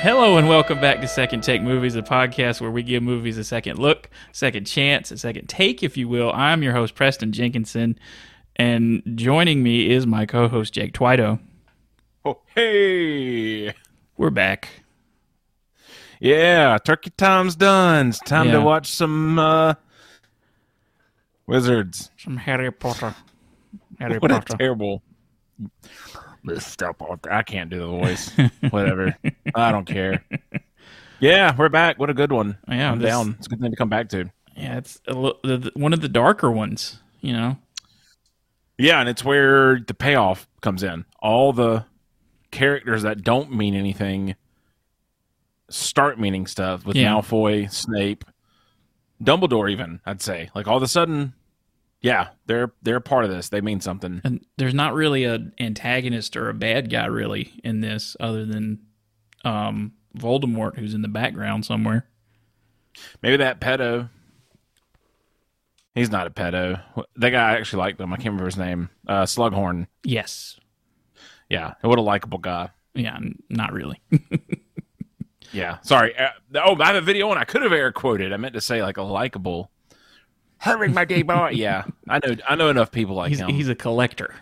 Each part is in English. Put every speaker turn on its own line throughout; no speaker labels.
Hello and welcome back to Second Take Movies, a podcast where we give movies a second look, second chance, a second take, if you will. I'm your host, Preston Jenkinson, and joining me is my co host, Jake Twido.
Oh, hey.
We're back.
Yeah, turkey time's done. It's time
Yeah.
to watch some uh, Wizards.
From Harry Potter. Harry
What a
Potter.
terrible. Mr. Potter. I can't do the voice. Whatever. I don't care. Yeah, we're back. What a good one.
Yeah,
I'm
this-
down. It's a good thing to come back to.
yeah, it's a li- the, the, one of the darker ones, you know?
Yeah, and it's where the payoff comes in. All the characters that don't mean anything start meaning stuff with
Yeah.
Malfoy, Snape, Dumbledore even, I'd say. Like all of a sudden, yeah, they're they're part of this. They mean something.
And there's not really an antagonist or a bad guy, really, in this, other than um, Voldemort, who's in the background somewhere.
Maybe that pedo. He's not a pedo. That guy I actually liked him. I can't remember his name. Uh, Slughorn.
Yes.
Yeah. What a likable guy.
Yeah, n- not really.
Yeah. Sorry. Uh, oh, I have a video and I could have air quoted. I meant to say like a likable. Hurry, my gay boy. yeah. I know. I know enough people like
he's
him.
he's a collector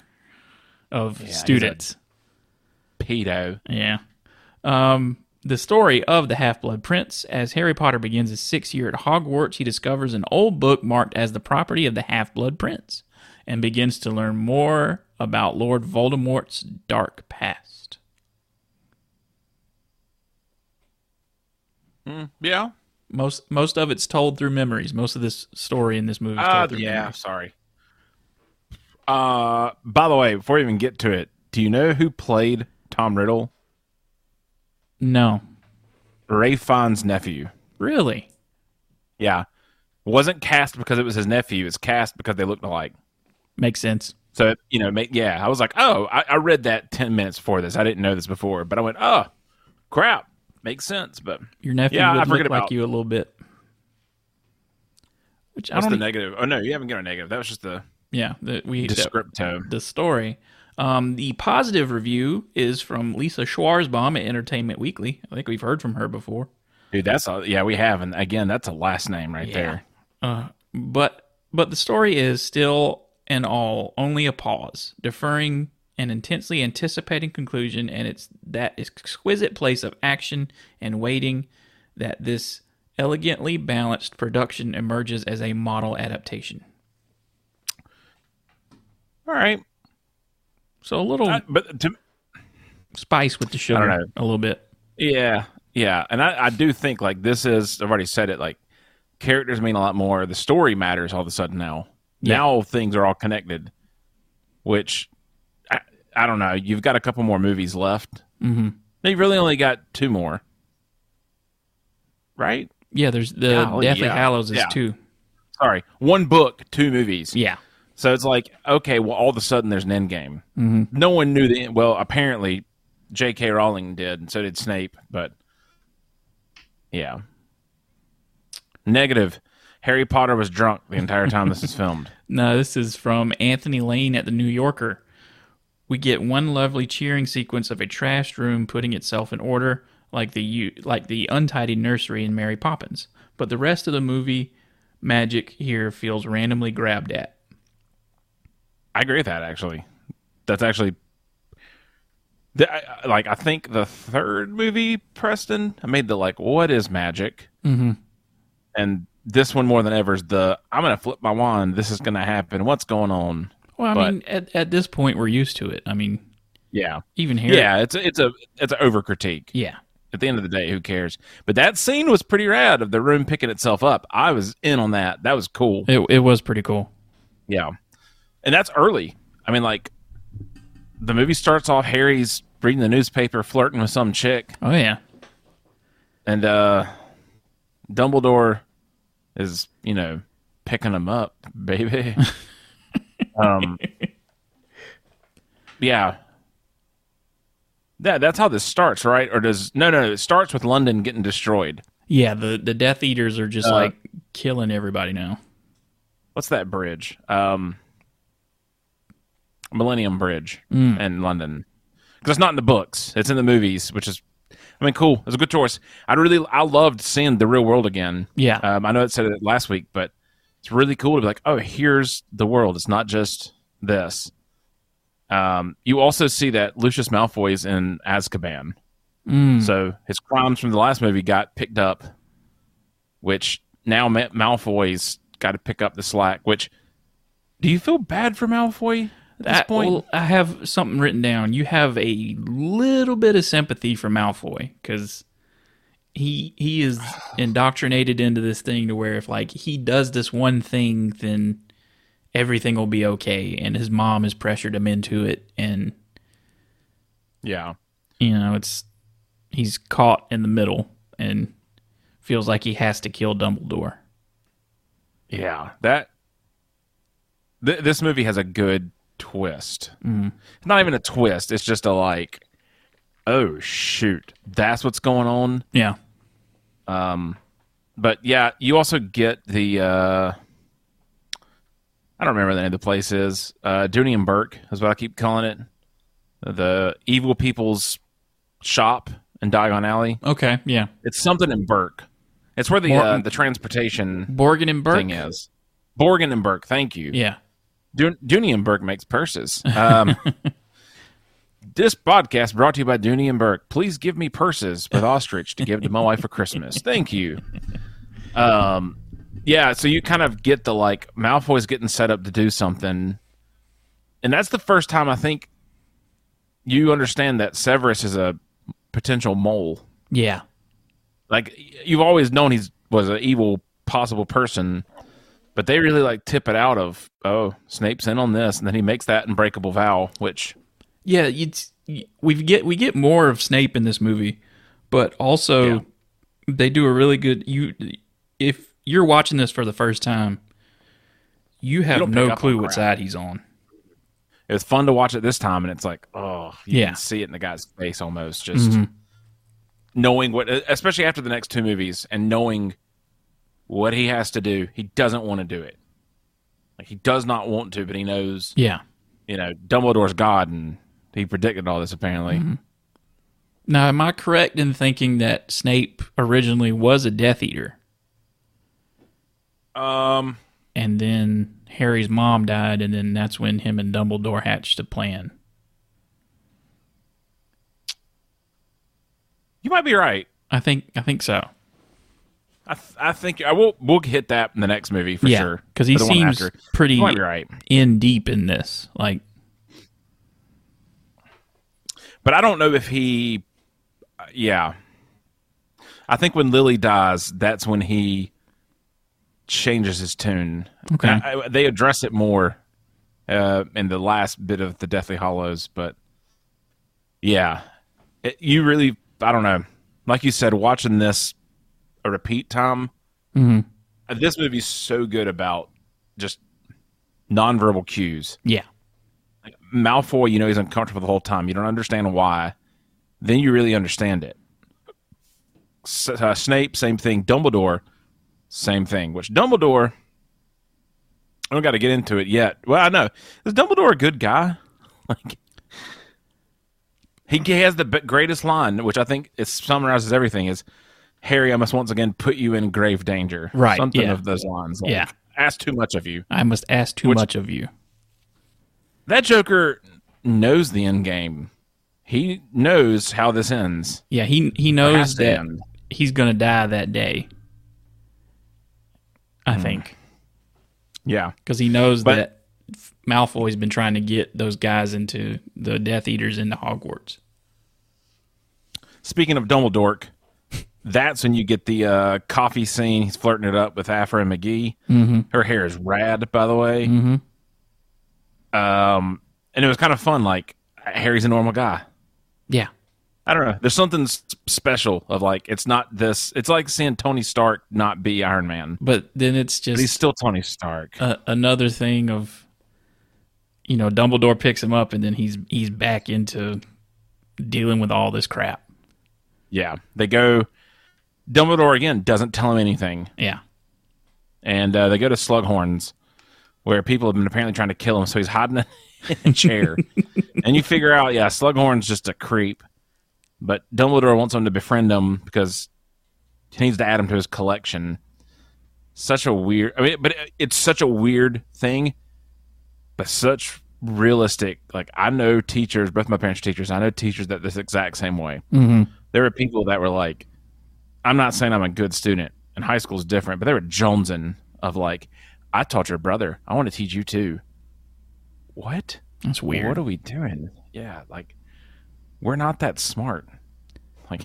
of
he's a-
students.
pedo.
Yeah. Um, the story of the Half Blood Prince. As Harry Potter begins his sixth year at Hogwarts, he discovers an old book marked as the property of the Half Blood Prince and begins to learn more about Lord Voldemort's dark past.
Yeah.
Most most of it's told through memories. Most of this story in this movie is told
Uh,
through
yeah.
memories.
Sorry. Uh, by the way, before we even get to it, do you know who played Tom Riddle?
No.
Ray Fine's nephew.
Really?
Yeah. Wasn't cast because it was his nephew. It's cast because they looked alike.
Makes sense.
So you know, ma- yeah, I was like, oh, I, I read that ten minutes before this. I didn't know this before, but I went, oh, crap, makes sense. But
Your nephew
Yeah, I
would look
forget
like
about-
you a little bit. Which I
What's
don't e-
the negative? Oh no, you haven't given a negative. That was just the
Yeah, the, we
descripto.
the story. Um, the positive review is from Lisa Schwarzbaum at Entertainment Weekly. I think we've heard from her before.
Dude, that's a, yeah, we have, and again, that's a last name right there.
Uh, but but the story is still and all only a pause, deferring an intensely anticipating conclusion, and it's that exquisite place of action and waiting that this elegantly balanced production emerges as a model adaptation.
All right,
So a little
I- but to,
spice with the sugar,
I don't know.
a little bit.
yeah, yeah, and I, I do think like this is. I've already said it. Like characters mean a lot more. The story matters all of a sudden now.
Yeah.
Now things are all connected, which I, I don't know. You've got a couple more movies left.
hmm
They really only got two more, right?
Yeah, there's the
Golly,
Deathly
yeah.
Hallows is
Yeah.
two.
Sorry, one book, two movies.
Yeah.
So it's like, okay, well, all of a sudden there's an end game.
Mm-hmm.
No one knew the end. Well, apparently J.K. Rowling did, and so did Snape, but yeah. Negative. Harry Potter was drunk the entire time this is filmed.
No, this is from Anthony Lane at the New Yorker. We get one lovely cheering sequence of a trashed room putting itself in order, like the u- like the untidy nursery in Mary Poppins. But the rest of the movie magic here feels randomly grabbed at.
I agree with that, actually. That's actually. the- I- I- Like, I think the third movie, Preston, I made the, like, what is magic?
Mm-hmm.
and this one more than ever is the I'm gonna flip my wand. This is gonna happen. What's going on?
Well, I
But-
mean, at, at this point, we're used to it. I mean,
Yeah,
even here,
yeah. It's a, it's a it's an over critique.
yeah,
At the end of the day, who cares? But that scene was pretty rad of the room picking itself up. I was in on that. That was cool.
it it was pretty cool.
Yeah, and that's early. I mean, like the movie starts off Harry's reading the newspaper, flirting with some chick,
Oh yeah,
and uh Dumbledore is you know picking him up, baby. um, yeah, that that's how this starts, right? Or does no, no, it starts with London getting destroyed.
yeah. The the Death Eaters are just
Uh,
like killing everybody now.
What's that bridge? Um, Millennium Bridge in London. Because it's not in the books; it's in the movies, which is. I I mean, cool. It's a good choice. I really, I loved seeing the real world again.
Yeah.
Um, I know it said it last week, but it's really cool to be like, oh, here's the world. It's not just this. Um, you also see that Lucius Malfoy is in Azkaban,
Mm.
so his crimes from the last movie got picked up, which now Ma- Malfoy's got to pick up the slack. Which do you feel bad for Malfoy at this
I,
point?
well, I have something written down. You have a little bit of sympathy for Malfoy because he he is indoctrinated into this thing to where if like he does this one thing, then everything will be okay. And his mom has pressured him into it, and
yeah.
you know it's he's caught in the middle and feels like he has to kill Dumbledore.
Yeah, that th- this movie has a good twist. It's Not even a twist; it's just a like, oh shoot, that's what's going on.
Yeah,
But yeah, you also get the uh, I don't remember the name of the place is uh, Dooney and Burke is what I keep calling it, the evil people's shop in Diagon Alley.
okay, yeah.
It's something in Burke. It's where the uh,
Morton-
the transportation
Borgin and Burke.
thing is. Borgin and Burke, thank you.
Yeah,
Dun- Dooney and Burke makes purses. Um, this podcast brought to you by Dooney and Burke. Please give me purses with ostrich to give to my wife for Christmas. Thank you. Um, yeah, so you kind of get the like Malfoy's getting set up to do something, and that's the first time I think you understand that Severus is a potential mole.
yeah.
Like y- you've always known he's was an evil possible person, but they really like tip it out of oh Snape's in on this, and then he makes that unbreakable vow, which
Yeah, it's we get we get more of Snape in this movie, but also
Yeah.
they do a really good you if you're watching this for the first time, you have
don't pick
no
up
clue
on
what
crap.
side he's on.
it was fun to watch it this time, and it's like oh you
Yeah.
can see it in the guy's face almost just knowing what, especially after the next two movies, and knowing what he has to do. He doesn't want to do it. Like he does not want to, but he knows
Yeah.
you know Dumbledore's God, and he predicted all this apparently.
Now, am I correct in thinking that Snape originally was a Death Eater,
Um.
and then Harry's mom died, and then that's when him and Dumbledore hatched a plan?
You might be right.
I think I think so.
I, th- I think I will. We'll hit that in the next movie for
yeah,
sure.
because he
Or the one
seems
after.
pretty
You might be right,
in deep in this. Like,
but I don't know if he. uh, yeah, I think when Lily dies, that's when he changes his tune.
Okay.
I- I- they address it more uh, in the last bit of the Deathly Hollows, but yeah, It- you really. I don't know. Like you said, watching this a repeat time. uh, This movie's so good about just nonverbal cues.
yeah,
Malfoy, you know, he's uncomfortable the whole time. You don't understand why. Then you really understand it. S- uh, Snape, same thing. Dumbledore, same thing. Which Dumbledore, I don't got to get into it yet. Well, I know. Is Dumbledore a good guy? Like, he g- has the b- greatest line, which I think it summarizes everything is Harry, I must once again put you in grave danger.
Right,
Something
yeah.
of those lines. Like,
Yeah.
Ask too much of you.
I must ask too
Which-
much of you.
that Joker knows the end game. He knows how this ends.
Yeah, he he
Has
knows
to
that
end.
he's gonna die that day. I think
Yeah,
because he knows
Hmm. But-
that Malfoy's been trying to get those guys into the Death Eaters into Hogwarts.
Speaking of Dumbledore, that's when you get the uh, coffee scene. He's flirting it up with Afra and McGee.
Mm-hmm.
Her hair is rad, by the way.
Mm-hmm.
Um, and it was kind of fun. Like Harry's a normal guy.
Yeah,
I don't know. There's something s- special of like it's not this. It's like seeing Tony Stark not be Iron Man.
but then it's
But he's
just
still Tony Stark.
a, another thing of you know Dumbledore picks him up and then he's he's back into dealing with all this crap.
yeah, they go. Dumbledore again doesn't tell him anything.
Yeah,
and uh, they go to Slughorns, where people have been apparently trying to kill him. So he's hiding in a chair, and you figure out, yeah, Slughorn's just a creep. But Dumbledore wants him to befriend him because he needs to add him to his collection. Such a weird. I mean, but it, it's such a weird thing, but such realistic. Like I know teachers, both my parents are teachers. I know teachers that this exact same way.
Mm-hmm.
There were people that were like, I'm not saying I'm a good student, and high school's different, but they were jonesing of like, I taught your brother. I want to teach you too. What?
That's weird.
What are we doing? Yeah, like we're not that smart. Like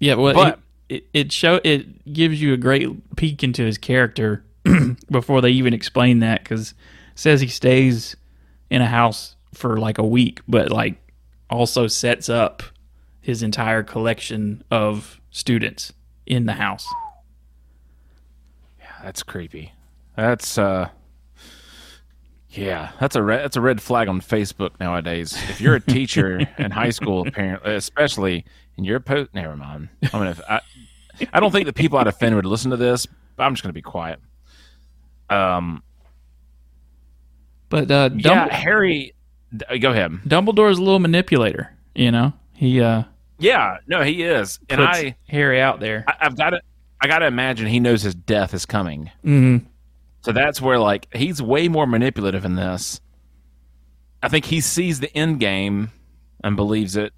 Yeah, well,
But-
it, it it show it gives you a great peek into his character before they even explain that because says he stays in a house for like a week, but like also sets up his entire collection of students in the house.
that's creepy. That's uh yeah, that's a red, that's a red flag on Facebook nowadays. If you're a teacher in high school, apparently, especially, and you're po- never mind. I'm gonna. I, I don't think the people I'd offend would listen to this. But I'm just gonna be quiet. Um.
But uh,
yeah,
Dumbledore,
Harry. d- Go ahead.
Dumbledore's a little manipulator. You know, he uh,
Yeah. No, he is, and
puts
I,
Harry out there.
I. I've got to. I got to imagine he knows his death is coming.
hmm
So that's where like he's way more manipulative in this. I think he sees the end game and believes it.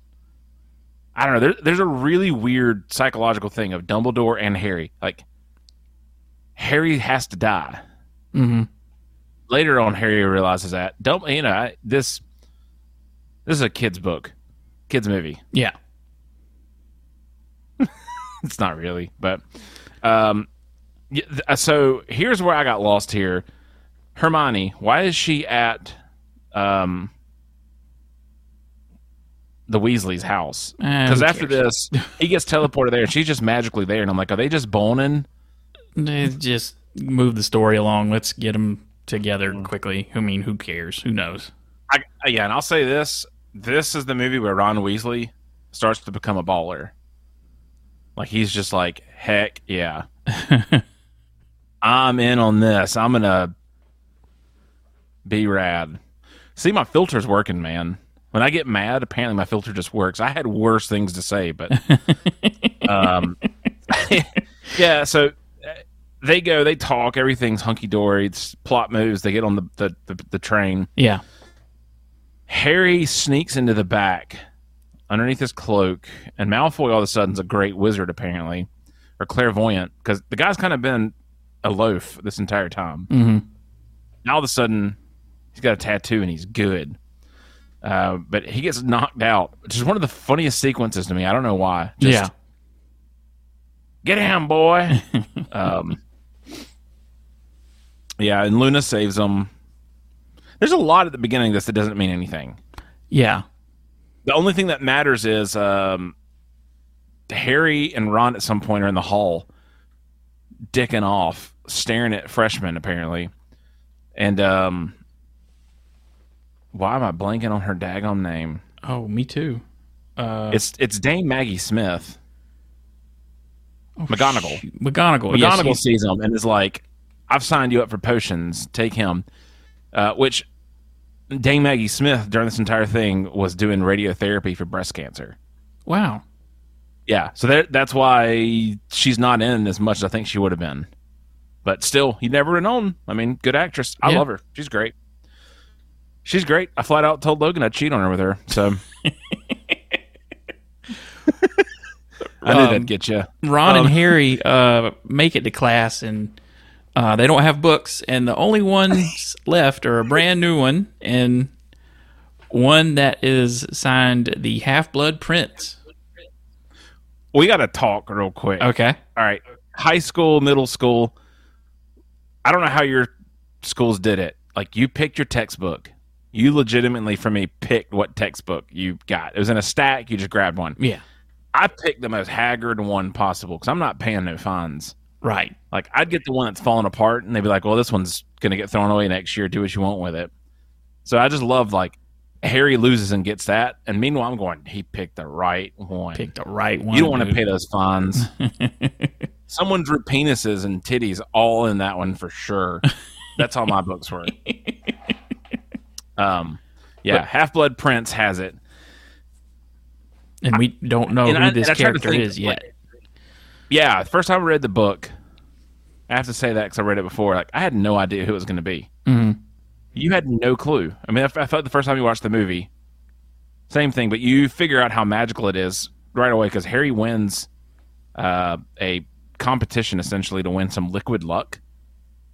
I don't know. There, there's a really weird psychological thing of Dumbledore and Harry. Like Harry has to die.
hmm
Later on, Harry realizes that. Dumb, you know, I, this this is a kid's book, kids movie.
Yeah.
it's not really, but um, y- th- uh, so here's where I got lost. Here, Hermione, why is she at um the Weasley's house?
Eh,
Because
who
after
cares?
this, he gets teleported there, and she's just magically there. And I'm like, are they just boning?
Eh, just move the story along. Let's get them together
Mm.
quickly. I mean, who cares? Who knows?
I, yeah, and I'll say this: this is the movie where Ron Weasley starts to become a baller. Like he's just like, heck yeah, I'm in on this. I'm gonna be rad. See, my filter's working, man. When I get mad, apparently my filter just works. I had worse things to say, but um, yeah. So uh, they go, they talk, everything's hunky dory. It's plot moves. They get on the, the, the, the train.
Yeah.
Harry sneaks into the back underneath his cloak, and Malfoy all of a sudden's a great wizard, apparently, or clairvoyant, because the guy's kind of been a loaf this entire time.
hmm
Now all of a sudden, he's got a tattoo and he's good. Uh, but he gets knocked out, which is one of the funniest sequences to me. I don't know why. Just,
yeah.
Get him, boy. um, yeah, and Luna saves him. There's a lot at the beginning of this that doesn't mean anything.
Yeah.
The only thing that matters is um, Harry and Ron at some point are in the hall, dicking off, staring at freshmen apparently, and um, why am I blanking on her daggum name?
Oh, me too. Uh,
It's it's Dame Maggie Smith.
oh,
McGonagall.
shoot. McGonagall. yes,
McGonagall
he's-
sees him and is like, "I've signed you up for potions. Take him." Uh, which Dame Maggie Smith during this entire thing was doing radiotherapy for breast cancer.
wow.
Yeah, so that that's why she's not in as much as I think she would have been. But still, you never would've known. I mean, good actress. I
Yeah.
love her. She's great. She's great. I flat out told Logan I'd cheat on her with her. So I knew
Um,
that'd get you.
Ron
Um,
and Harry uh, make it to class, and uh, they don't have books, and the only ones left are a brand new one and one that is signed the Half Blood Prince.
We got to talk real quick.
Okay.
All right, high school, middle school. I don't know how your schools did it. Like you picked your textbook. You legitimately, for me, picked what textbook you got. It was in a stack. You just grabbed one.
Yeah.
I picked the most haggard one possible because I'm not paying no fines.
Right.
Like I'd get the one that's falling apart, and they'd be like, "Well, this one's gonna get thrown away next year. Do what you want with it." So I just love like Harry loses and gets that, and meanwhile I'm going, "He picked the right one.
Pick the right one.
you don't want to
dude.
pay those fines." Someone drew penises and titties all in that one for sure. That's how my books were. Um, yeah, Half Blood Prince has it.
and we don't know
And
Oh, who
I-
this
and I tried to
character
think,
is yet.
like- yeah, the first time I read the book, I have to say that because I read it before. Like I had no idea who it was going to be.
Mhm.
You had no clue. I mean, I, f- I thought the first time you watched the movie, same thing, but you figure out how magical it is right away because Harry wins uh, a competition essentially to win some liquid luck,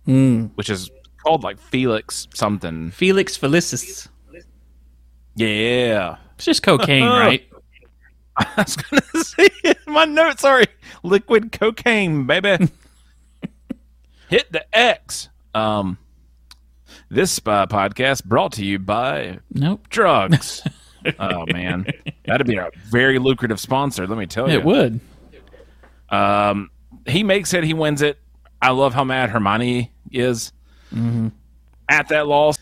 Mm.
which is called like Felix something.
Felix Felicis.
Yeah.
It's just cocaine, right?
I was gonna say it in my notes. Sorry, liquid cocaine, baby. Hit the X. Um, this uh, podcast brought to you by
Nope.
drugs. oh man, that'd be a very lucrative sponsor. Let me tell you.
It would.
Um, he makes it. He wins it. I love how mad Hermione is Mm-hmm. at that loss.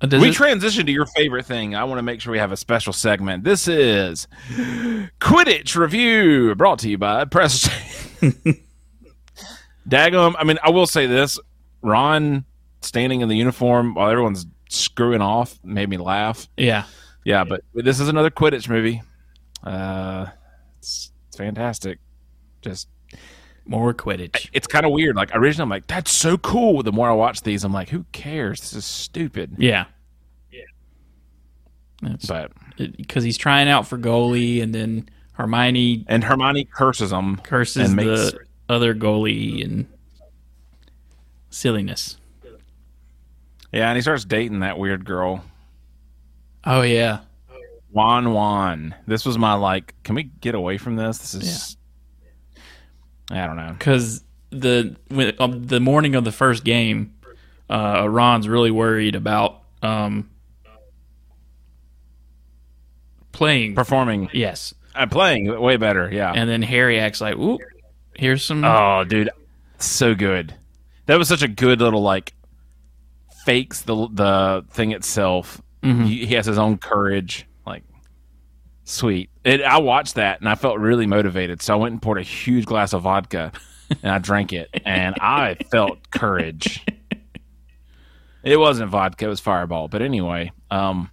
Uh, does
we
it-
transition to your favorite thing. I want to make sure we have a special segment. This is Quidditch Review, brought to you by Press. Dagum. I mean, I will say this: Ron standing in the uniform while everyone's screwing off made me laugh.
yeah.
Yeah, but this is another Quidditch movie. Uh, it's, it's fantastic. Just
More Quidditch.
it's kind of weird. Like originally, I'm like, that's so cool. The more I watch these, I'm like, who cares? This is stupid.
Yeah. That's
But
because he's trying out for goalie, and then Hermione
and Hermione curses them.
curses
And makes-
the other goalie and silliness.
Yeah, and he starts dating that weird girl,
Oh yeah,
Juan Juan. This was my like, can we get away from this? This is, I don't know.
because the when, um, the morning of the first game, uh, Ron's really worried about um, playing.
Performing,
Yes,
uh, playing way better. Yeah.
and then Harry acts like, "Ooh, here's some."
Oh, dude, so good. That was such a good little like fakes the the thing itself. He, he has his own courage, like sweet. It, I watched that and I felt really motivated, so I went and poured a huge glass of vodka and I drank it, and I felt courage. It wasn't vodka; it was Fireball. But anyway, um,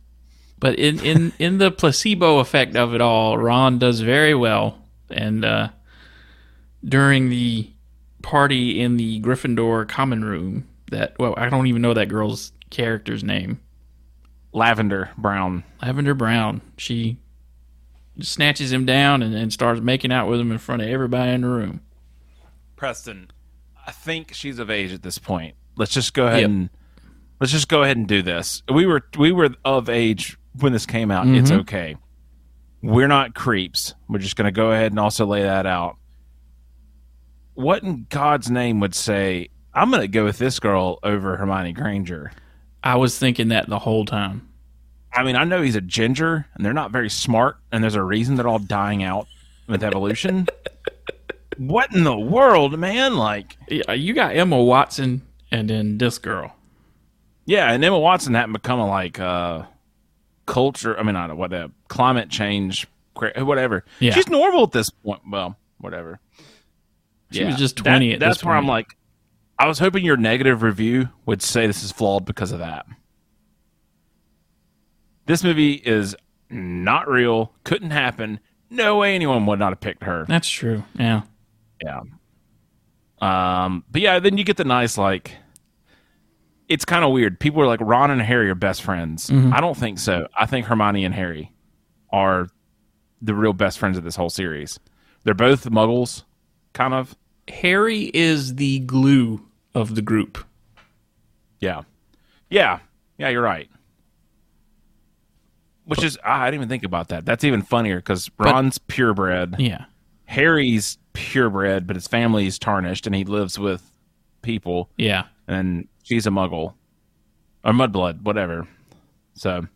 But in, in, in the placebo effect of it all, Ron does very well. And uh, during the party in the Gryffindor common room, that, well, I don't even know that girl's character's name.
Lavender Brown.
Lavender Brown. She snatches him down and, and starts making out with him in front of everybody in the room.
Preston, I think she's of age at this point. Let's just go ahead
Yep.
and let's just go ahead and do this. We were we were of age when this came out. It's okay. We're not creeps. We're just going to go ahead and also lay that out. What in God's name would say I'm going to go with this girl over Hermione Granger?
I was thinking that the whole time.
I mean, I know he's a ginger, and they're not very smart, and there's a reason they're all dying out with evolution. what in the world, man? Like,
Yeah, You got Emma Watson and then this girl.
Yeah, and Emma Watson hadn't become a like uh, culture. I mean, not a- what a climate change, cra- whatever.
Yeah.
she's normal at this point. Well, whatever.
She was just 20
That-
at this
that's where I'm
point.
like, I was hoping your negative review would say this is flawed because of that. This movie is not real. Couldn't happen. No way anyone would not have picked her.
That's true. Yeah.
Yeah. Um, but yeah, then you get the nice like it's kind of weird. People are like Ron and Harry are best friends. I don't think so. I think Hermione and Harry are the real best friends of this whole series. They're both muggles, kind of.
Harry is the glue of the group.
Yeah. Yeah. Yeah, you're right. Which is ah, I didn't even think about that. That's even funnier because Ron's purebred.
Yeah.
Harry's purebred, but his family's tarnished and he lives with people.
Yeah.
and she's a muggle or mudblood, whatever. So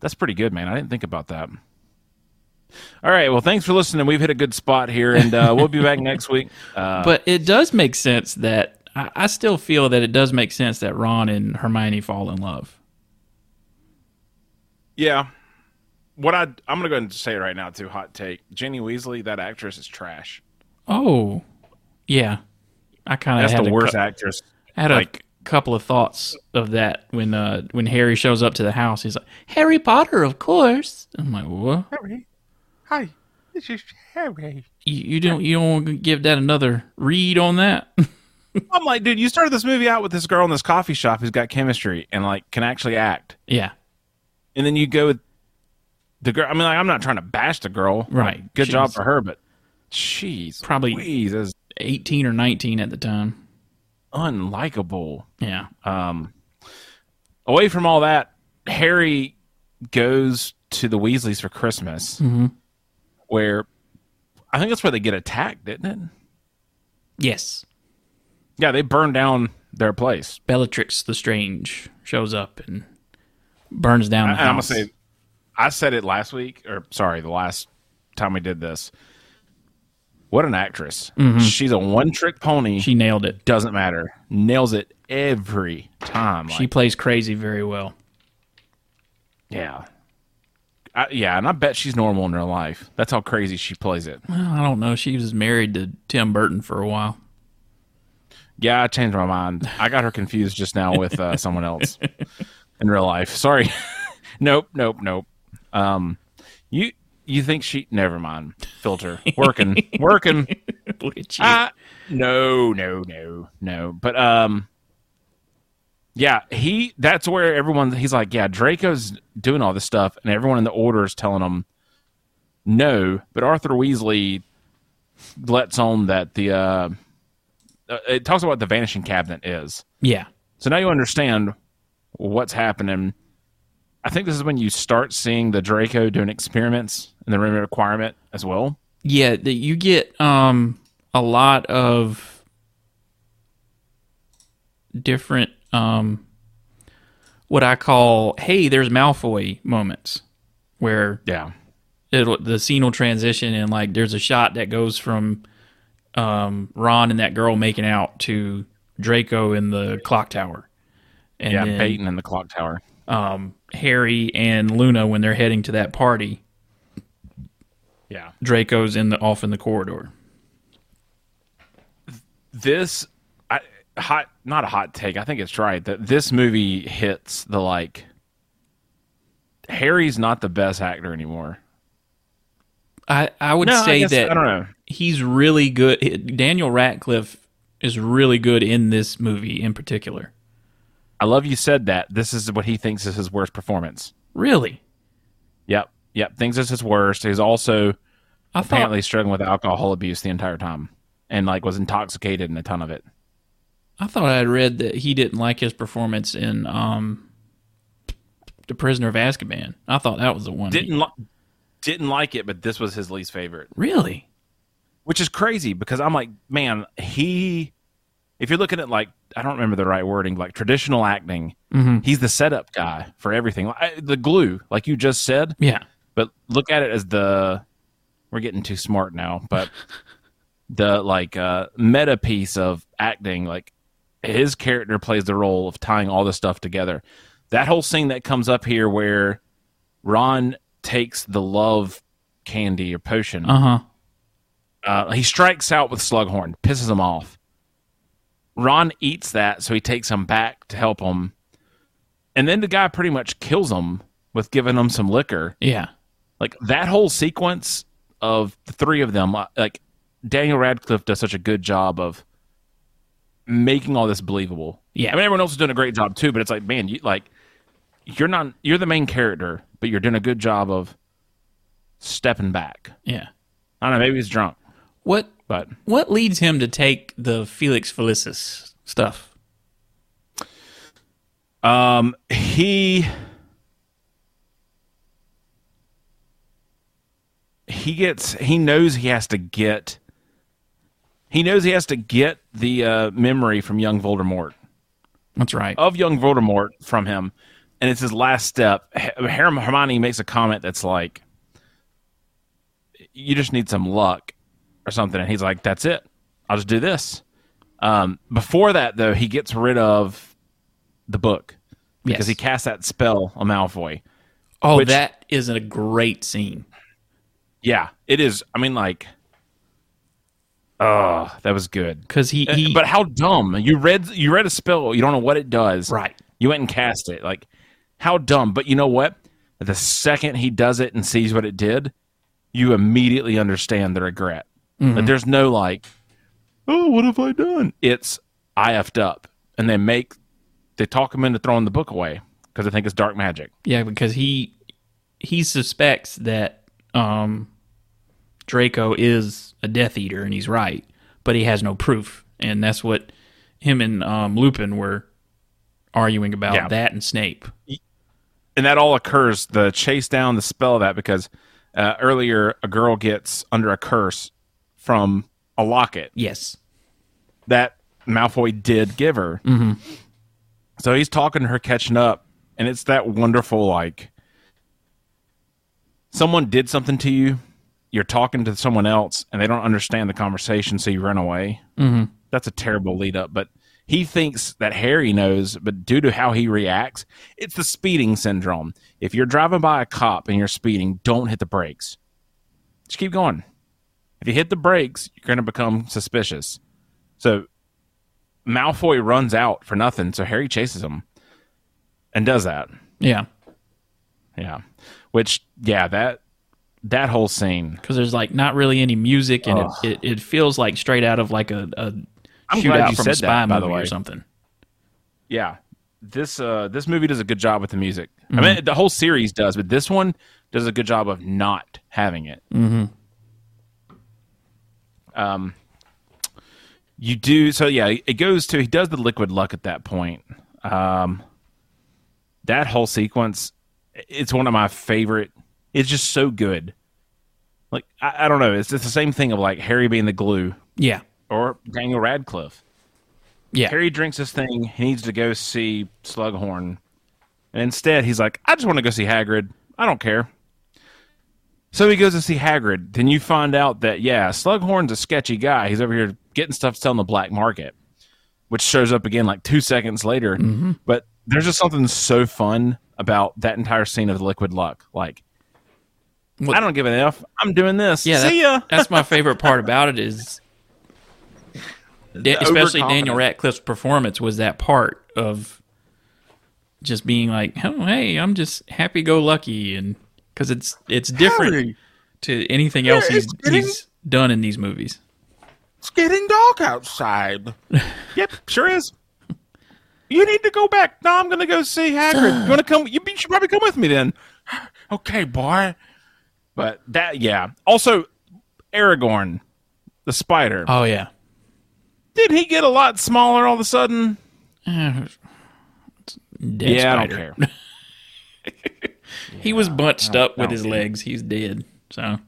that's pretty good, man. I didn't think about that. All right. Well, thanks for listening. We've hit a good spot here, and uh, we'll be back next week. Uh,
But it does make sense that I, I still feel that it does make sense that Ron and Hermione fall in love.
yeah. What I I'm gonna go ahead and say it right now too. Hot take: Jenny Weasley, that actress is trash.
Oh, yeah. I kind of
That's
had,
the
a,
worst
cou-
actress.
had
like-
a couple of thoughts of that when uh, when Harry shows up to the house. He's like, Harry Potter, of course. I'm like, what?
Harry,
Hi, this is Harry.
You, you don't you don't want to give that another read on that?
I'm like, dude, you started this movie out with this girl in this coffee shop who's got chemistry and like can actually act,
yeah,
and then you go with the girl. I mean, like, I'm not trying to bash the girl, Like,
Right.
good job
She's-
for her, but she's
Probably-
Louise, that's
eighteen or nineteen at the time.
unlikable.
Yeah,
Um, away from all that, Harry goes to the Weasleys for Christmas,
Mhm.
where I think that's where they get attacked, didn't it?
yes.
Yeah, they burn down their place.
Bellatrix the Strange shows up and burns down the
And I'm gonna
house.
say, I said it last week, or sorry, the last time we did this. What an actress!
Mm-hmm.
She's a one-trick pony.
she nailed it.
doesn't matter. Nails it every time.
She
Like,
plays crazy very well.
yeah, I, yeah, and I bet she's normal in real life. That's how crazy she plays it.
Well, I don't know. She was married to Tim Burton for a while.
Yeah, I changed my mind. I got her confused just now with uh, someone else in real life. Sorry. nope, nope, nope. Um, you you think she? Never mind. Filter working, working.
Look at you.
Ah, no, no, no, no. But um, yeah, he. That's where everyone. He's like, yeah, Draco's doing all this stuff, and everyone in the order is telling him no. But Arthur Weasley lets on that the uh, uh, it talks about what the Vanishing Cabinet is.
yeah.
So now you understand what's happening. I think this is when you start seeing the Draco doing experiments in the room of requirement as well.
Yeah, that you get um a lot of different um what I call hey, there's Malfoy moments where
Yeah.
it'll, the scene will transition and like there's a shot that goes from um, Ron and that girl making out to Draco in the clock tower, and
Yeah,
then
Peyton in the clock tower.
um, Harry and Luna when they're heading to that party.
Yeah.
Draco's in the off in the corridor.
this I, hot not a hot take i think it's right that this movie hits the like harry's not the best actor anymore
I I would
No, I
say
guess-
that
I don't know.
he's really good. Daniel Radcliffe is really good in this movie in particular.
i love you said that this is what he thinks is his worst performance
Really,
yep yep thinks it's his worst he's also
I thought
apparently struggling with alcohol abuse the entire time and like was intoxicated in a ton of it
I thought I had read that he didn't like his performance in um, The Prisoner of Azkaban. I thought that was the one. he-
didn't li- didn't like it but this was his least favorite
really?
which is crazy because I'm like, man, he. If you're looking at like, I don't remember the right wording, like traditional acting, he's the setup guy for everything, I, the glue, like you just said.
Yeah.
But look at it as the, we're getting too smart now, but the like uh, meta piece of acting, like his character plays the role of tying all this stuff together. That whole scene that comes up here where Ron takes the love candy or potion
Uh huh.
uh, he strikes out with Slughorn, pisses him off. Ron eats that, so he takes him back to help him. And then the guy pretty much kills him with giving him some liquor.
Yeah.
Like that whole sequence of the three of them, uh, like Daniel Radcliffe does such a good job of making all this believable.
Yeah.
I mean everyone else is doing a great job too, but it's like, man, you like you're not you're the main character, but you're doing a good job of stepping back.
Yeah.
I don't know, maybe he's drunk,
What
but
What leads him to take the Felix Felicis stuff?
Um, he he gets he knows he has to get he knows he has to get the uh, memory from young Voldemort
That's right.
of young Voldemort from him, and it's his last step. Her- Her- Hermione makes a comment that's like, "You just need some luck or something," and he's like, "That's it. I'll just do this." Um, before that, though, he gets rid of the book because
yes.
he cast that spell on Malfoy.
oh,
which-
that is a great scene.
Yeah, it is. I mean, like, oh, that was good.
Because he, he
Uh, but how dumb! You read you read a spell. You don't know what it does.
Right.
You went and cast it. Like, how dumb! But you know what? The second he does it and sees what it did, you immediately understand the regret. But there's no like, oh, what have I done? It's I effed up, and they make they talk him into throwing the book away because they think it's dark magic.
Yeah, because he he suspects that um Draco is a Death Eater, and he's right, but he has no proof, and that's what him and um, Lupin were arguing about
Yeah.
that and Snape.
and that all occurs the chase down the spell of that because uh, earlier a girl gets under a curse from a locket
Yes,
that Malfoy did give her. So he's talking to her, catching up, and it's that wonderful like someone did something to you. You're talking to someone else, and they don't understand the conversation, so you run away. Mm-hmm. That's a terrible lead up, but he thinks that Harry knows, but due to how he reacts, it's the speeding syndrome. If you're driving by a cop and you're speeding, don't hit the brakes. Just keep going. If you hit the brakes, you're going to become suspicious. So Malfoy runs out for nothing, so Harry chases him and does that.
yeah,
Yeah. Which yeah, that that whole scene.
because there's like not really any music, and it, it it feels like straight out of like a, a
I'm glad
shootout
you
from a
said
spy
that, by the
movie
way.
or something.
Yeah. This uh this movie does a good job with the music. I mean the whole series does, but this one does a good job of not having it. Mm-hmm. Um you do so yeah, it goes to he does the liquid luck at that point. Um that whole sequence it's one of my favorite it's just so good. Like I, I don't know, it's just the same thing of like Harry being the glue
Yeah,
or Daniel Radcliffe.
yeah,
Harry drinks this thing. He needs to go see Slughorn. And instead, he's like, I just want to go see Hagrid. I don't care. So he goes to see Hagrid. Then you find out that, yeah, Slughorn's a sketchy guy. He's over here getting stuff to sell on the black market, which shows up again like two seconds later.
Mm-hmm.
But there's just something so fun about that entire scene of Liquid Luck. Like,
What-
I don't give an F. I'm doing this.
yeah.
see ya.
that- that's my favorite part about it is, Da- especially Daniel
overconfidence.
Radcliffe's performance was that part of just being like, oh, hey, I'm just happy go lucky, and because it's it's different
Harry,
to anything else
it's
he's
getting-
he's done in these movies.
it's getting dark outside.
Yep, sure is. You need to go back. No, I'm gonna go see Hagrid. You wanna come? You be- should probably come with me then. okay, boy. But that, yeah. Also, Aragorn, the spider.
Oh yeah,
Did he get a lot smaller all of a sudden?
Dead
yeah,
spider.
I don't care.
He was bunched up
I
with
don't
his
care.
legs. He's dead. So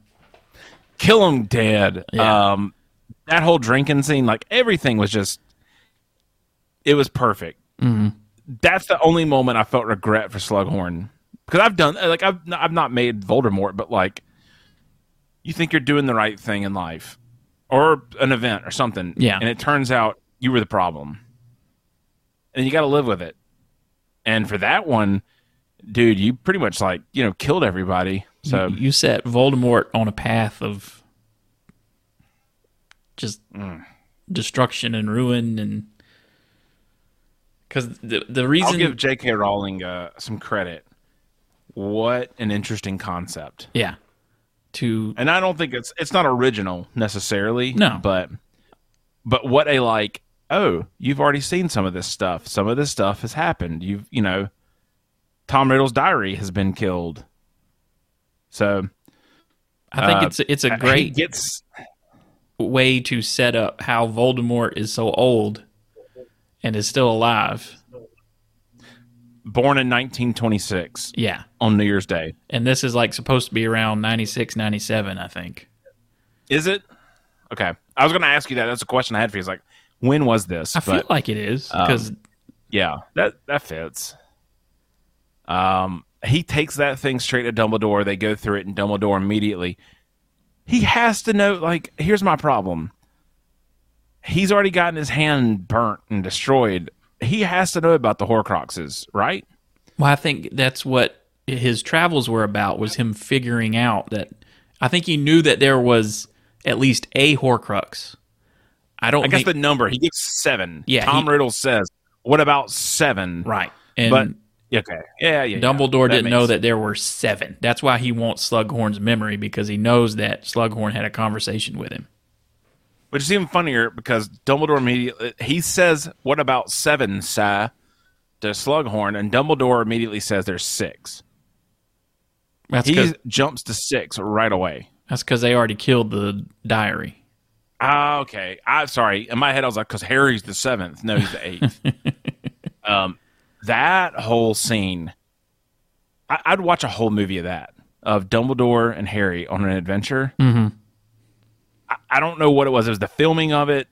Kill him dead.
Yeah.
Um, that whole drinking scene, like everything was just, it was perfect.
Mm-hmm.
That's the only moment I felt regret for Slughorn because I've done like I've I've not made Voldemort, but like you think you're doing the right thing in life or an event or something,
Yeah.
and it turns out you were the problem, and you got to live with it. And for that one, dude, you pretty much like you know killed everybody. So
you, you set Voldemort on a path of just
mm.
destruction and ruin, and because the the
I'll
reason
give J.K. Rowling uh, some credit. What an interesting concept,
yeah to
and I don't think it's it's not original necessarily.
No.
but but what a like. Oh, you've already seen some of this stuff. Some of this stuff has happened. You've you know, Tom Riddle's diary has been killed. So
I think
uh,
it's it's a
he
great
gets
way to set up how Voldemort is so old and is still alive.
born in 1926
Yeah.
on New Year's Day.
And this is like supposed to be around 96, 97, I think.
Is it? Okay, I was going to ask you that. That's a question I had for you. It's like, when was this?
I feel like it is because
um, Yeah, that that fits. Um, he takes that thing straight to Dumbledore. They go through it, and Dumbledore immediately. He has to know. Like, here's my problem. He's already gotten his hand burnt and destroyed. He has to know about the Horcruxes, right?
well, I think that's what his travels were about was him figuring out that I think he knew that there was at least a Horcrux. I don't
I guess
think
the number he gives seven.
Yeah,
Tom
he-
Riddle says, "What about seven?
right and
but Okay. Yeah, yeah. yeah.
Dumbledore
That
didn't
makes
know
sense.
that there were seven. That's why he wants Slughorn's memory because he knows that Slughorn had a conversation with him.
Which is even funnier because Dumbledore immediately he says, "What about seven, sir?" to Slughorn, and Dumbledore immediately says, "There's six.
That's
He
because
jumps to six right away.
that's because they already killed the diary.
Ah, okay. I'm sorry. In my head, I was like, because Harry's the seventh. No, he's the eighth. um, that whole scene, I, I'd watch a whole movie of that of Dumbledore and Harry on an adventure. I, I don't know what it was. It was the filming of it,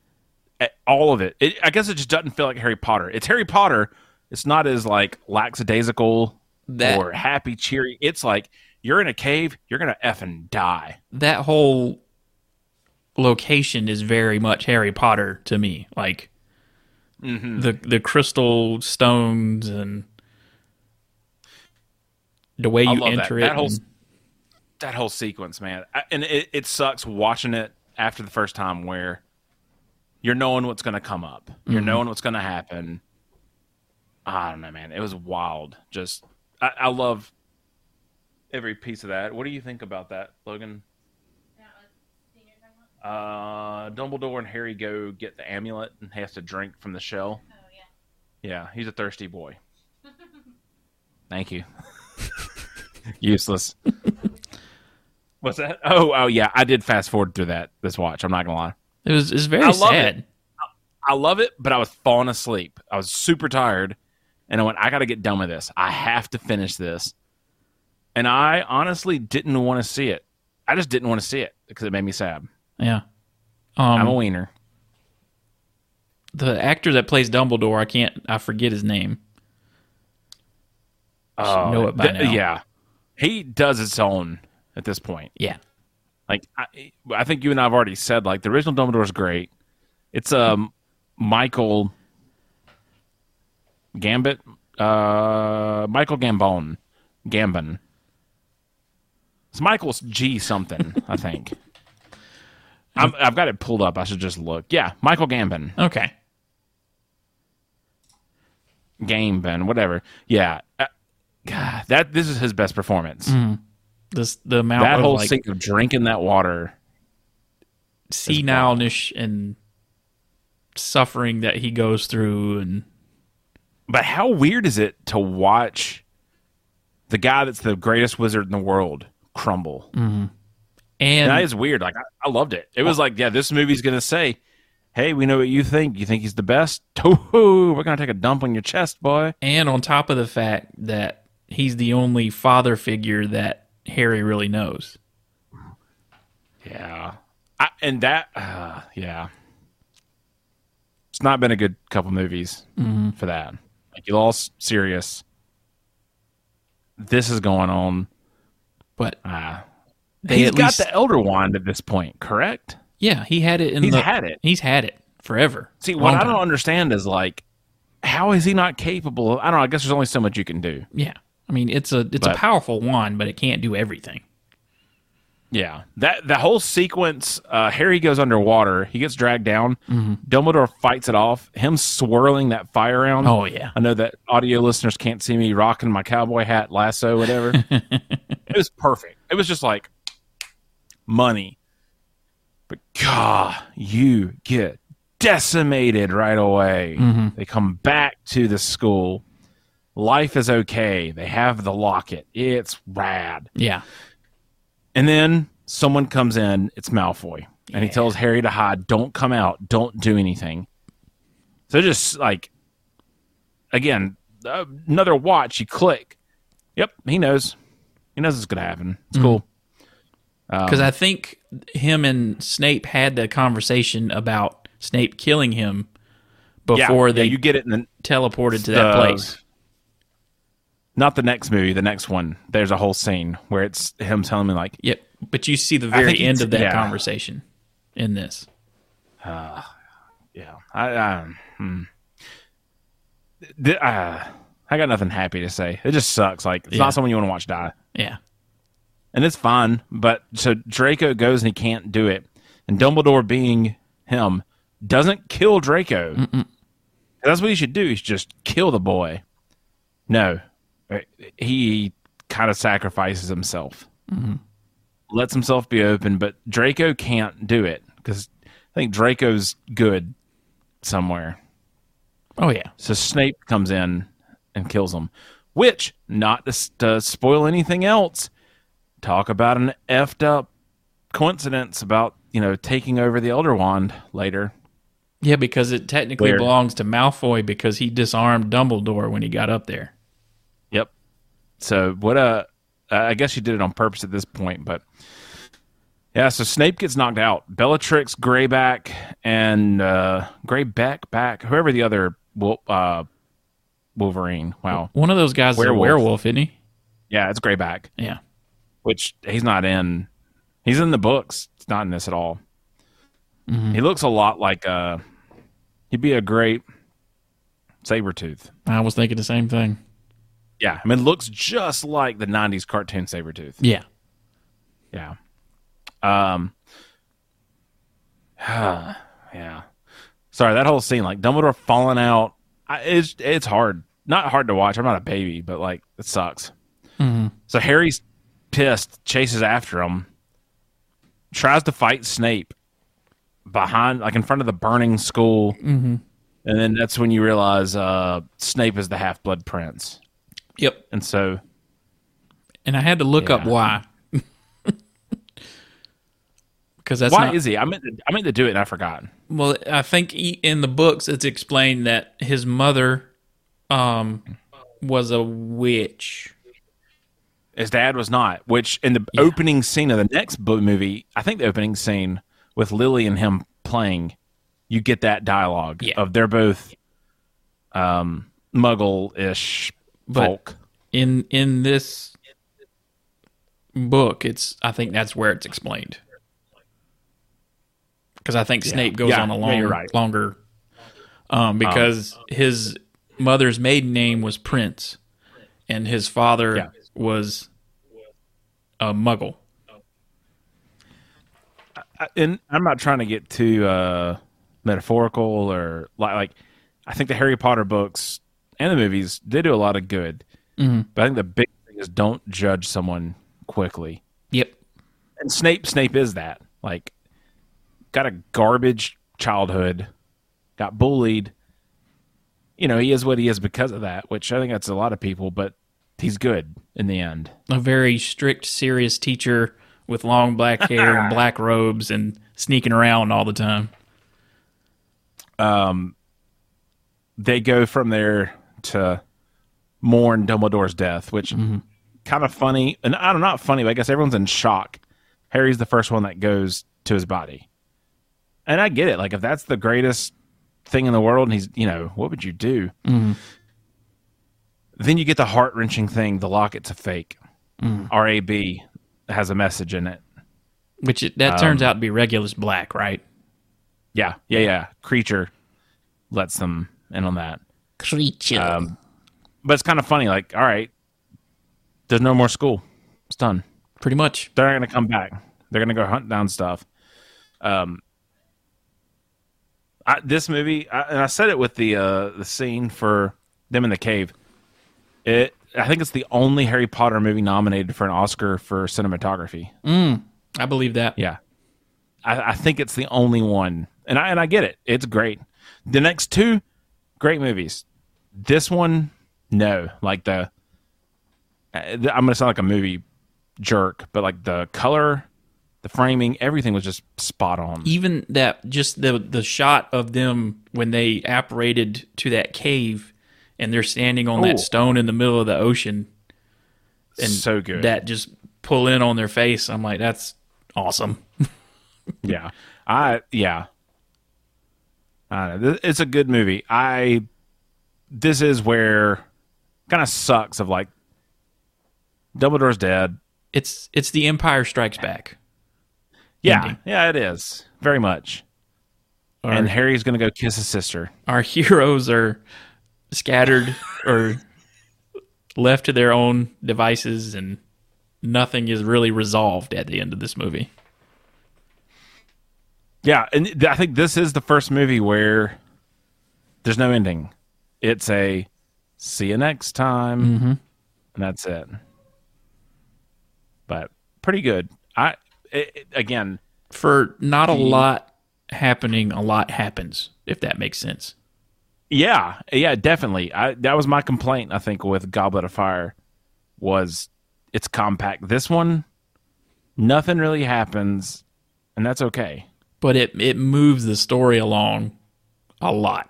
eh, all of it. it. I guess it just doesn't feel like Harry Potter. It's Harry Potter. It's not as like lackadaisical
That-
or happy, cheery. It's like you're in a cave. You're gonna effing die.
that whole location is very much Harry Potter to me. Like
Mm-hmm.
the the crystal stones and the way
I
you
love that.
enter it.
That whole-
and-
that whole sequence, man, I, and it, it sucks watching it after the first time where you're knowing what's going to come up,
Mm-hmm.
you're knowing what's going to happen. I don't know, man. It was wild. Just I, I love every piece of that. What do you think about that, Logan? Uh, Dumbledore and Harry go get the amulet and has to drink from the shell. Yeah, he's a thirsty boy. Thank you. Useless. What's that? Oh, oh yeah. I did fast forward through that this watch. I'm not gonna lie.
it was it's very
I love
sad.
I love it, but I was falling asleep. I was super tired, and I went. I got to get done with this. I have to finish this. And I honestly didn't want to see it. I just didn't want to see it because it made me sad.
Yeah.
I'm
Um,
a wiener.
the actor that plays Dumbledore, I can't I forget his name.
Oh,
know it by
th-
now.
Yeah, he does its own at this point.
Yeah.
Like I, I think you and I have already said like the original Dumbledore is great. It's um Michael Gambit, uh Michael Gambon, Gambon. It's Michael's G something, I think. I'm, I've got it pulled up. I should just look. Yeah, Michael Gambon,
Okay.
Gambon, whatever. Yeah, Uh, God, that this is his best performance.
This the amount
That
of
whole
like
scene of drinking that water.
senileness and suffering that he goes through and
But how weird is it to watch the guy that's the greatest wizard in the world crumble?
and
That is weird. Like I, I loved it. It was like, yeah, this movie's gonna say, "Hey, we know what you think. You think he's the best? Hoo-hoo, we're gonna take a dump on your chest, boy."
and on top of the fact that he's the only father figure that Harry really knows.
Yeah, I, and that, uh, yeah, it's not been a good couple movies
Mm-hmm.
for that. Like you lost Sirius. This is going on.
But
Uh,
they
he's
at
got
least,
the Elder Wand at this point, correct?
yeah, he had it in
He's
the
had it.
He's had it forever.
See, what
Long
I
time.
don't understand is like, how is he not capable? Of, I don't know. I guess there's only so much you can do.
Yeah. I mean, it's a it's a
But-
powerful wand, but it can't do everything.
Yeah, that the whole sequence. Uh, Harry goes underwater. He gets dragged down. Dumbledore fights it off. Him swirling that fire around.
Oh yeah.
I know that audio listeners can't see me rocking my cowboy hat, lasso, whatever. it was perfect. It was just like money. But God, you get decimated right away. They come back to the school. Life is okay. They have the locket. It's rad.
Yeah.
And then someone comes in. It's Malfoy. And he tells Harry to hide. Don't come out. Don't do anything. So just like, again, uh, another watch. You click. Yep, he knows. He knows it's gonna happen. It's cool. Um,
Because Mm. I think him and Snape had the conversation about Snape killing him before
yeah,
they
you get it in the,
teleported to that
the-
place.
Not the next movie. The next one. There's a whole scene where it's him telling me like,
Yep. But you see the
think
very
he
end
t-
of that
yeah.
conversation in this.
yeah, I, I hmm. Th- uh, I got nothing happy to say. It just sucks. Like it's
Yeah.
not someone you want to watch die.
Yeah.
and it's fine. But so Draco goes and he can't do it, and Dumbledore, being him, doesn't kill Draco. That's what he should do. He should just kill the boy. No, he kind of sacrifices himself, lets himself be open, but Draco can't do it because I think Draco's good somewhere.
Oh yeah.
So Snape comes in and kills him, which, not to, s- to spoil anything else, talk about an effed up coincidence about, you know, taking over the Elder Wand later.
Yeah, because it technically
Where?
belongs to Malfoy because he disarmed Dumbledore when he got up there.
Yep. So what a I guess she did it on purpose at this point, but yeah. So Snape gets knocked out. Bellatrix, Greyback, and uh, Greyback, back whoever the other Wol- uh, Wolverine. Wow.
One of those guys
Werewolf.
is a werewolf, isn't he?
Yeah, it's Greyback,
Yeah.
which he's not in. He's in the books. It's not in this at all. He looks a lot like uh, he'd be a great Sabretooth.
I was thinking the same thing.
Yeah, I mean, looks just like the '90s cartoon Sabretooth.
Yeah.
Yeah. Um. yeah. Sorry, that whole scene, like Dumbledore falling out, I, it's it's hard. Not hard to watch. I'm not a baby, but like it sucks. So Harry's pissed, chases after him, tries to fight Snape behind, like in front of the burning school, and then that's when you realize uh, Snape is the Half Blood Prince,
Yep.
and so
And I had to look up
Yeah.
why. Because that's
why
not,
is he? I meant to, I meant to do it, and I forgot.
well. I think he, in the books it's explained that his mother, um, was a witch.
His dad was not, which in the opening scene of the next bo- movie, I think the opening scene with Lily and him playing, you get that dialogue
Yeah.
of they're both um, muggle ish
But-
folk.
In in this book, it's I think that's where it's explained. Because I think Snape goes
Yeah.
on a
Yeah,
long,
you're right.
longer, um, because his mother's maiden name was Prince, and his father
Yeah.
was a Muggle.
I, and I'm not trying to get too uh, metaphorical or like, like, I think the Harry Potter books and the movies, they do a lot of good. But I think the big thing is don't judge someone quickly.
Yep.
and Snape Snape is that. Like got a garbage childhood, got bullied. You know, he is what he is because of that, which I think that's a lot of people, but he's good in the end.
a very strict, serious teacher with long black hair and black robes and sneaking around all the time.
They go from there to mourn Dumbledore's death, which kind of funny and I don't know not funny, but I guess everyone's in shock. Harry's the first one that goes to his body. And I get it. Like if that's the greatest thing in the world and he's you know, what would you do? Then you get the heart wrenching thing, the locket's a fake. R A B has a message in it.
Which it, that
Um,
turns out to be Regulus Black, right?
Yeah, yeah, yeah. Creature lets them in on that.
Creature.
But it's kind of funny, like, all right, there's no more school. It's done.
Pretty much.
they're gonna come back. They're gonna go hunt down stuff. Um, I, this movie, I, and I said it with the uh, the scene for them in the cave. It, I think it's the only Harry Potter movie nominated for an Oscar for cinematography.
I believe that.
Yeah, I, I think it's the only one, and I and I get it. It's great. The next two, great movies. This one, no. Like the, uh, I'm gonna sound like a movie jerk, but like the color, the framing, everything was just spot on.
Even that, just the the shot of them when they apparated to that cave, and they're standing on
Oh.
that stone in the middle of the ocean, and
so good.
that just pull in on their face. I'm like, that's awesome.
yeah, I yeah. I don't know. Th- It's a good movie. I this is where kind of sucks of like Dumbledore's dead.
It's it's the Empire Strikes Back.
Yeah,
ending.
yeah, it is very much.
Or-
And Harry's gonna go kiss his sister.
our heroes are scattered or left to their own devices and nothing is really resolved at the end of this movie.
Yeah, and th- I think this is the first movie where there's no ending. It's a see you next time. and that's it. But pretty good. I it, it- again,
For not a lot happening, a lot happens, if that makes sense.
yeah, yeah, definitely. I that was my complaint. I think with Goblet of Fire was it's compact. This one, nothing really happens, and that's okay.
But it, it moves the story along a lot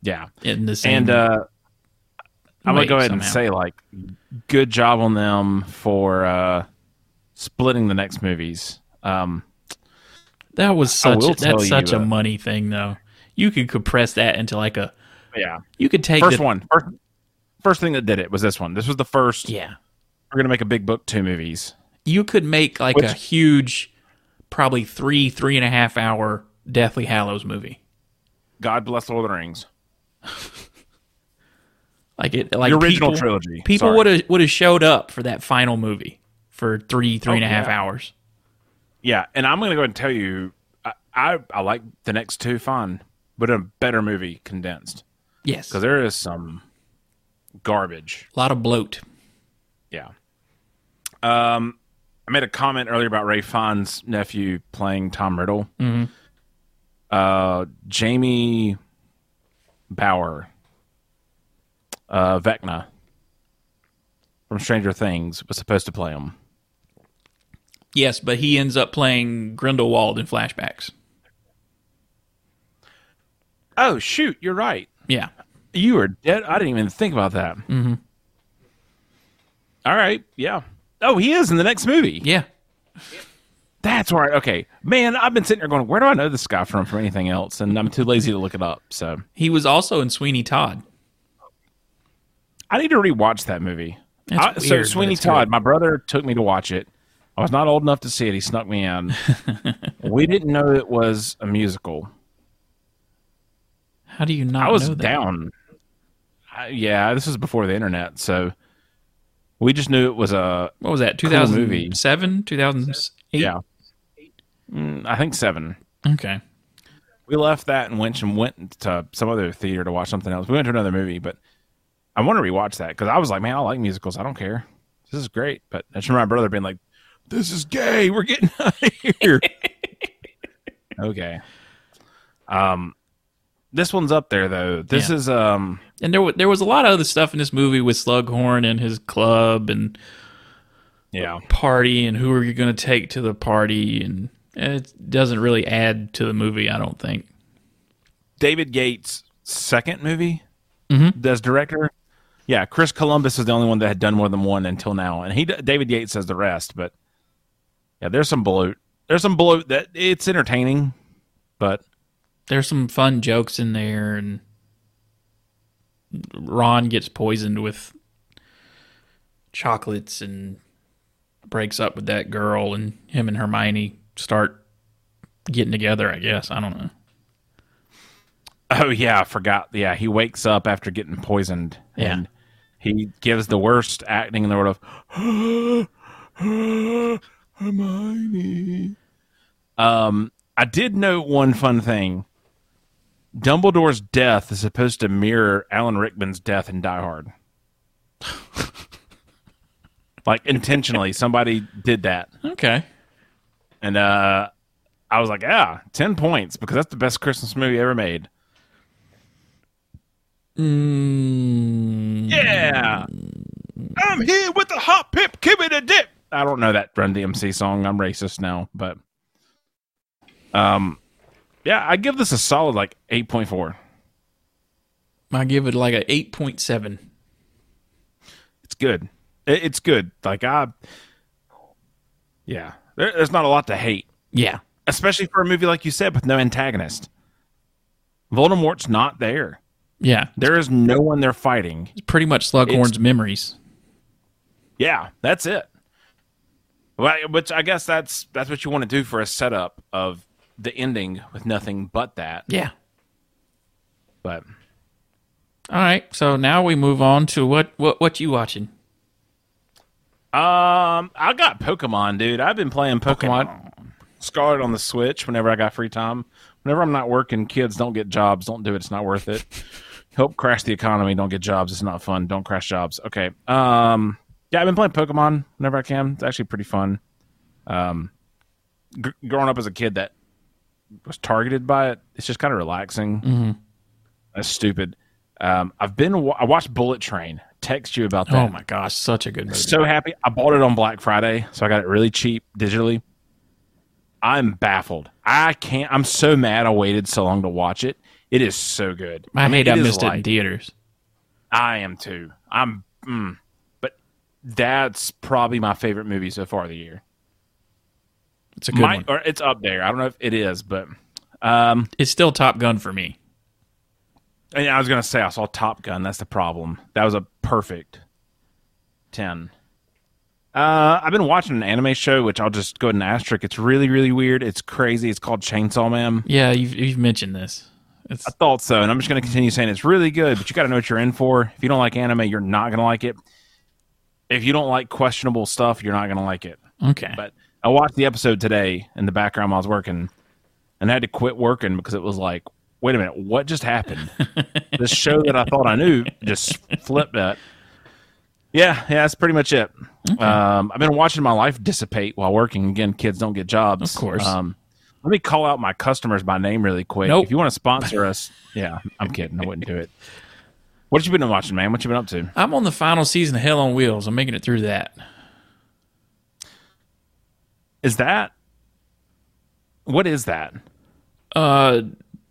Yeah,
in the same
and uh, I'm gonna
way
go ahead and
somehow.
say like, good job on them for uh, splitting the next movies. Um,
That was such
will
a,
tell
that's such
you,
a
uh,
money thing though. You could compress that into like a
yeah,
you could take
first
the,
one, first, first thing that did it was this one. This was the first.
Yeah.
We're gonna make a big book two movies.
You could make like a
Which-
huge, probably three three and a half hour Deathly Hallows movie.
God bless Lord of the Rings.
Like it like
The original
people,
trilogy.
People
Sorry.
would have would have showed up for that final movie for three three and a
Oh,
half
yeah.
hours.
Yeah, and I'm gonna go ahead and tell you, I I, I like the next two fine, but a better movie condensed
Yes,
because there is some garbage
a lot of bloat.
Yeah. Um, I made a comment earlier about Ray Fine's nephew playing Tom Riddle. Uh, Jamie Bauer, uh, Vecna from Stranger Things was supposed to play him.
Yes, but he ends up playing Grindelwald in flashbacks.
Oh shoot, you're right.
Yeah,
You are dead. I didn't even think about that. Mm-hmm. right, yeah. Oh, he is in the next movie.
yeah.
That's right. Okay, man, I've been sitting here going, where do I know this guy from from anything else? And I'm too lazy to look it up. So
He was also in Sweeney Todd.
I need to rewatch that movie. I,
That's
so
weird, but
Sweeney
it's
Todd,
good.
my brother took me to watch it. I was not old enough to see it. He snuck me in. we didn't know it was a musical.
How do you not?
I was
know that?
down. I, yeah, this was before the internet, so we just knew it was a.
What was that? Two
Cool movie.
thousand seven, two thousand eight.
Yeah, Mm, I think seven.
Okay.
we left that and went and went to some other theater to watch something else. We went to another movie, but I want to rewatch that because I was like, man, I like musicals. I don't care. This is great. But I just remember my brother being like, this is gay. We're getting out of here. okay. Um, this one's up there though. This
Yeah.
is um,
And there, wa- there was a lot of other stuff in this movie with Slughorn and his club and
yeah,
party and who are you going to take to the party and it doesn't really add to the movie, I don't think.
David Gates' second movie as director. Yeah, Chris Columbus is the only one that had done more than one until now, and he David Yates does the rest. But yeah, there's some bloat. There's some bloat that it's entertaining, but
There's some fun jokes in there and Ron gets poisoned with chocolates and breaks up with that girl and him and Hermione start getting together, I guess. I don't know.
oh yeah, I forgot. Yeah, he wakes up after getting poisoned,
Yeah.
and he gives the worst acting in the world of Hermione. Um, I did note one fun thing. Dumbledore's death is supposed to mirror Alan Rickman's death in Die Hard. like intentionally, somebody did that,
Okay.
and uh, I was like, "Yeah, ten points because that's the best Christmas movie ever made."
Mm,
Yeah,
I'm here with the hot pip, give it a dip.
I don't know that Run DMC song. I'm racist now, but um, yeah, I give this a solid like eight point four.
I give it like a 8.7.
It's good. It, it's good. Like I, yeah, there, there's not a lot to hate,
Yeah.
especially for a movie like you said with no antagonist. Voldemort's not there.
Yeah.
There is no one they're fighting.
It's pretty much Slughorn's memories.
Yeah, that's it. Right, which I guess that's that's what you want to do for a setup of the ending with nothing but that.
Yeah.
But
All right. So now we move on to what what what you watching?
Um, I got Pokemon, dude. I've been playing Pokemon, Scarlet on the Switch whenever I got free time. Whenever I'm not working, kids don't get jobs, don't do it. It's not worth it. Help crash the economy. Don't get jobs. It's not fun. Don't crash jobs. Okay. Um. Yeah, I've been playing Pokemon whenever I can. It's actually pretty fun. Um, gr- growing up as a kid that was targeted by it, it's just kind of relaxing. That's stupid. Um, I've been. Wa- I watched Bullet Train. Text you about that.
Oh my gosh, such a good movie.
So happy. I bought it on Black Friday, so I got it really cheap digitally. I'm baffled. I can't. I'm so mad I waited so long to watch it. It is so good.
I,
mean,
hate I
is
missed it in
like-
theaters.
I am too. I'm. Mm, but that's probably my favorite movie so far of the year.
It's a good
My,
one.
or it's up there. I don't know if it is, but
It's still Top Gun for me.
and I was gonna say I saw Top Gun. That's the problem. That was a perfect ten. Uh, I've been watching an anime show, which I'll just go ahead and asterisk. It's really, really weird. It's crazy. It's called Chainsaw Man.
Yeah, you've, you've mentioned this. It's
thought so, and I'm just going to continue saying it's really good, but you got to know what you're in for. If you don't like anime, you're not going to like it. If you don't like questionable stuff, you're not going to like it.
okay.
But I watched the episode today in the background while I was working, and I had to quit working because it was like, wait a minute, what just happened? this show that I thought I knew just flipped that. Yeah, yeah, that's pretty much it. Um, I've been watching my life dissipate while working. Again, kids don't get jobs.
Of course.
Um, let me call out my customers by name really quick.
Nope.
If you want to sponsor us, yeah, I'm kidding. I wouldn't do it. What you been watching, man? What you been up to?
I'm on the final season of Hell on Wheels. I'm making it through that.
Is that what is that?
Uh,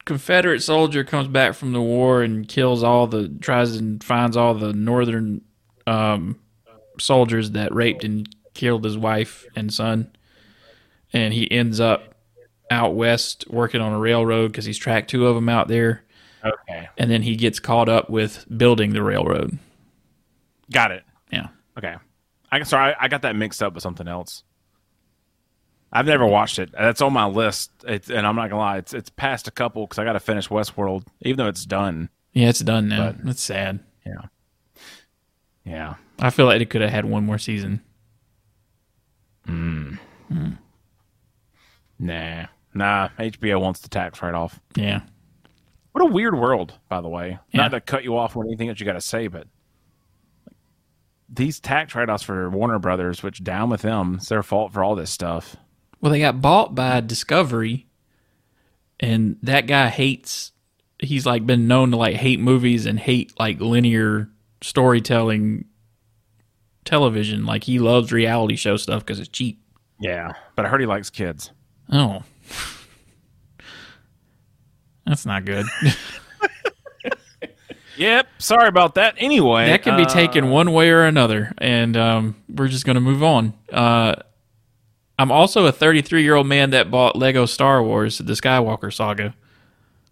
Confederate soldier comes back from the war and kills all the tries and finds all the northern um, soldiers that raped and killed his wife and son, and he ends up out west working on a railroad because he's tracked two of them out there,
Okay,
and then he gets caught up with building the railroad.
got it.
Yeah,
Okay. I sorry, I, I got that mixed up with something else. I've never watched it. That's on my list, it's, and I'm not gonna lie, it's it's past a couple because I got to finish Westworld, even though it's done.
yeah, it's done now. That's sad.
Yeah,
I feel like it could have had one more season.
nah, nah. HBO wants the tax write off.
Yeah.
What a weird world, by the way.
Yeah.
Not to cut you off on anything that you got to say, but these tax write offs for Warner Brothers, which down with them, it's their fault for all this stuff.
Well, they got bought by Discovery, and that guy hates. He's like been known to like hate movies and hate like linear storytelling television. Like he loves reality show stuff because it's cheap.
Yeah, but I heard he likes kids.
Oh, that's not good.
Yep. Sorry about that. Anyway,
that can be
uh,
taken one way or another, and um, we're just going to move on. Uh, I'm also a 33 year old man that bought Lego Star Wars: The Skywalker Saga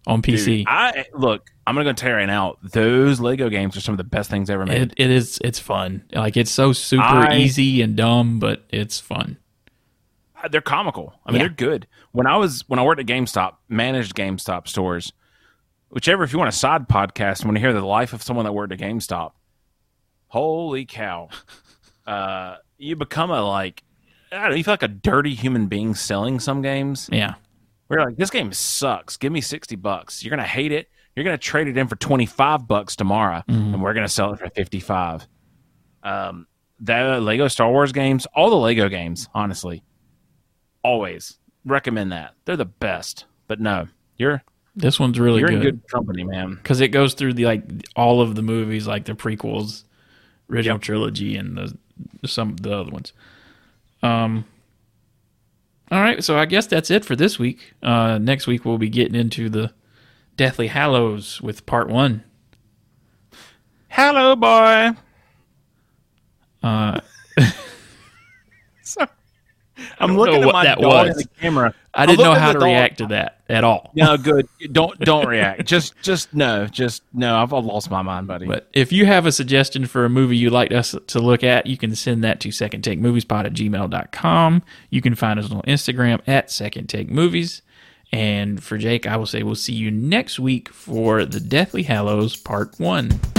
on PC.
Dude, I look. I'm gonna tell you right now. Those Lego games are some of the best things ever made.
It, it is it's fun. Like it's so super
I-
easy and dumb, but it's fun.
Uh, they're comical. I mean,
Yeah.
they're good. When I was when I worked at GameStop, managed GameStop stores, whichever. If you want a side podcast, and want to hear the life of someone that worked at GameStop, holy cow! Uh, you become a like. I don't know, you feel like a dirty human being selling some games.
Yeah.
We're like, this game sucks. Give me 60 bucks. You're going to hate it. You're going to trade it in for 25 bucks tomorrow,
Mm-hmm.
and we're going to sell it for 55. Um, the uh, Lego Star Wars games, all the Lego games, honestly, always recommend that. They're the best. But no, you're
This one's really
you're
good.
in good company, man.
Cuz it goes through the like all of the movies like the prequels, original trilogy and the some the other ones. Um All right, so I guess that's it for this week. Uh next week we'll be getting into the Deathly Hallows with part 1.
Hello, boy.
Uh
Sorry. I'm
know
looking at
what
my
that
dog
was.
in the camera.
I didn't
looked
know
at
how
the
to
dog.
react to that at all.
No, good. Don't don't react. Just just no. Just no. I've I've lost my mind, buddy.
But if you have a suggestion for a movie you'd like us to look at, you can send that to secondtakemoviespod at gmail.com. You can find us on Instagram at Second Take Movies. And for Jake, I will say we'll see you next week for The Deathly Hallows Part 1.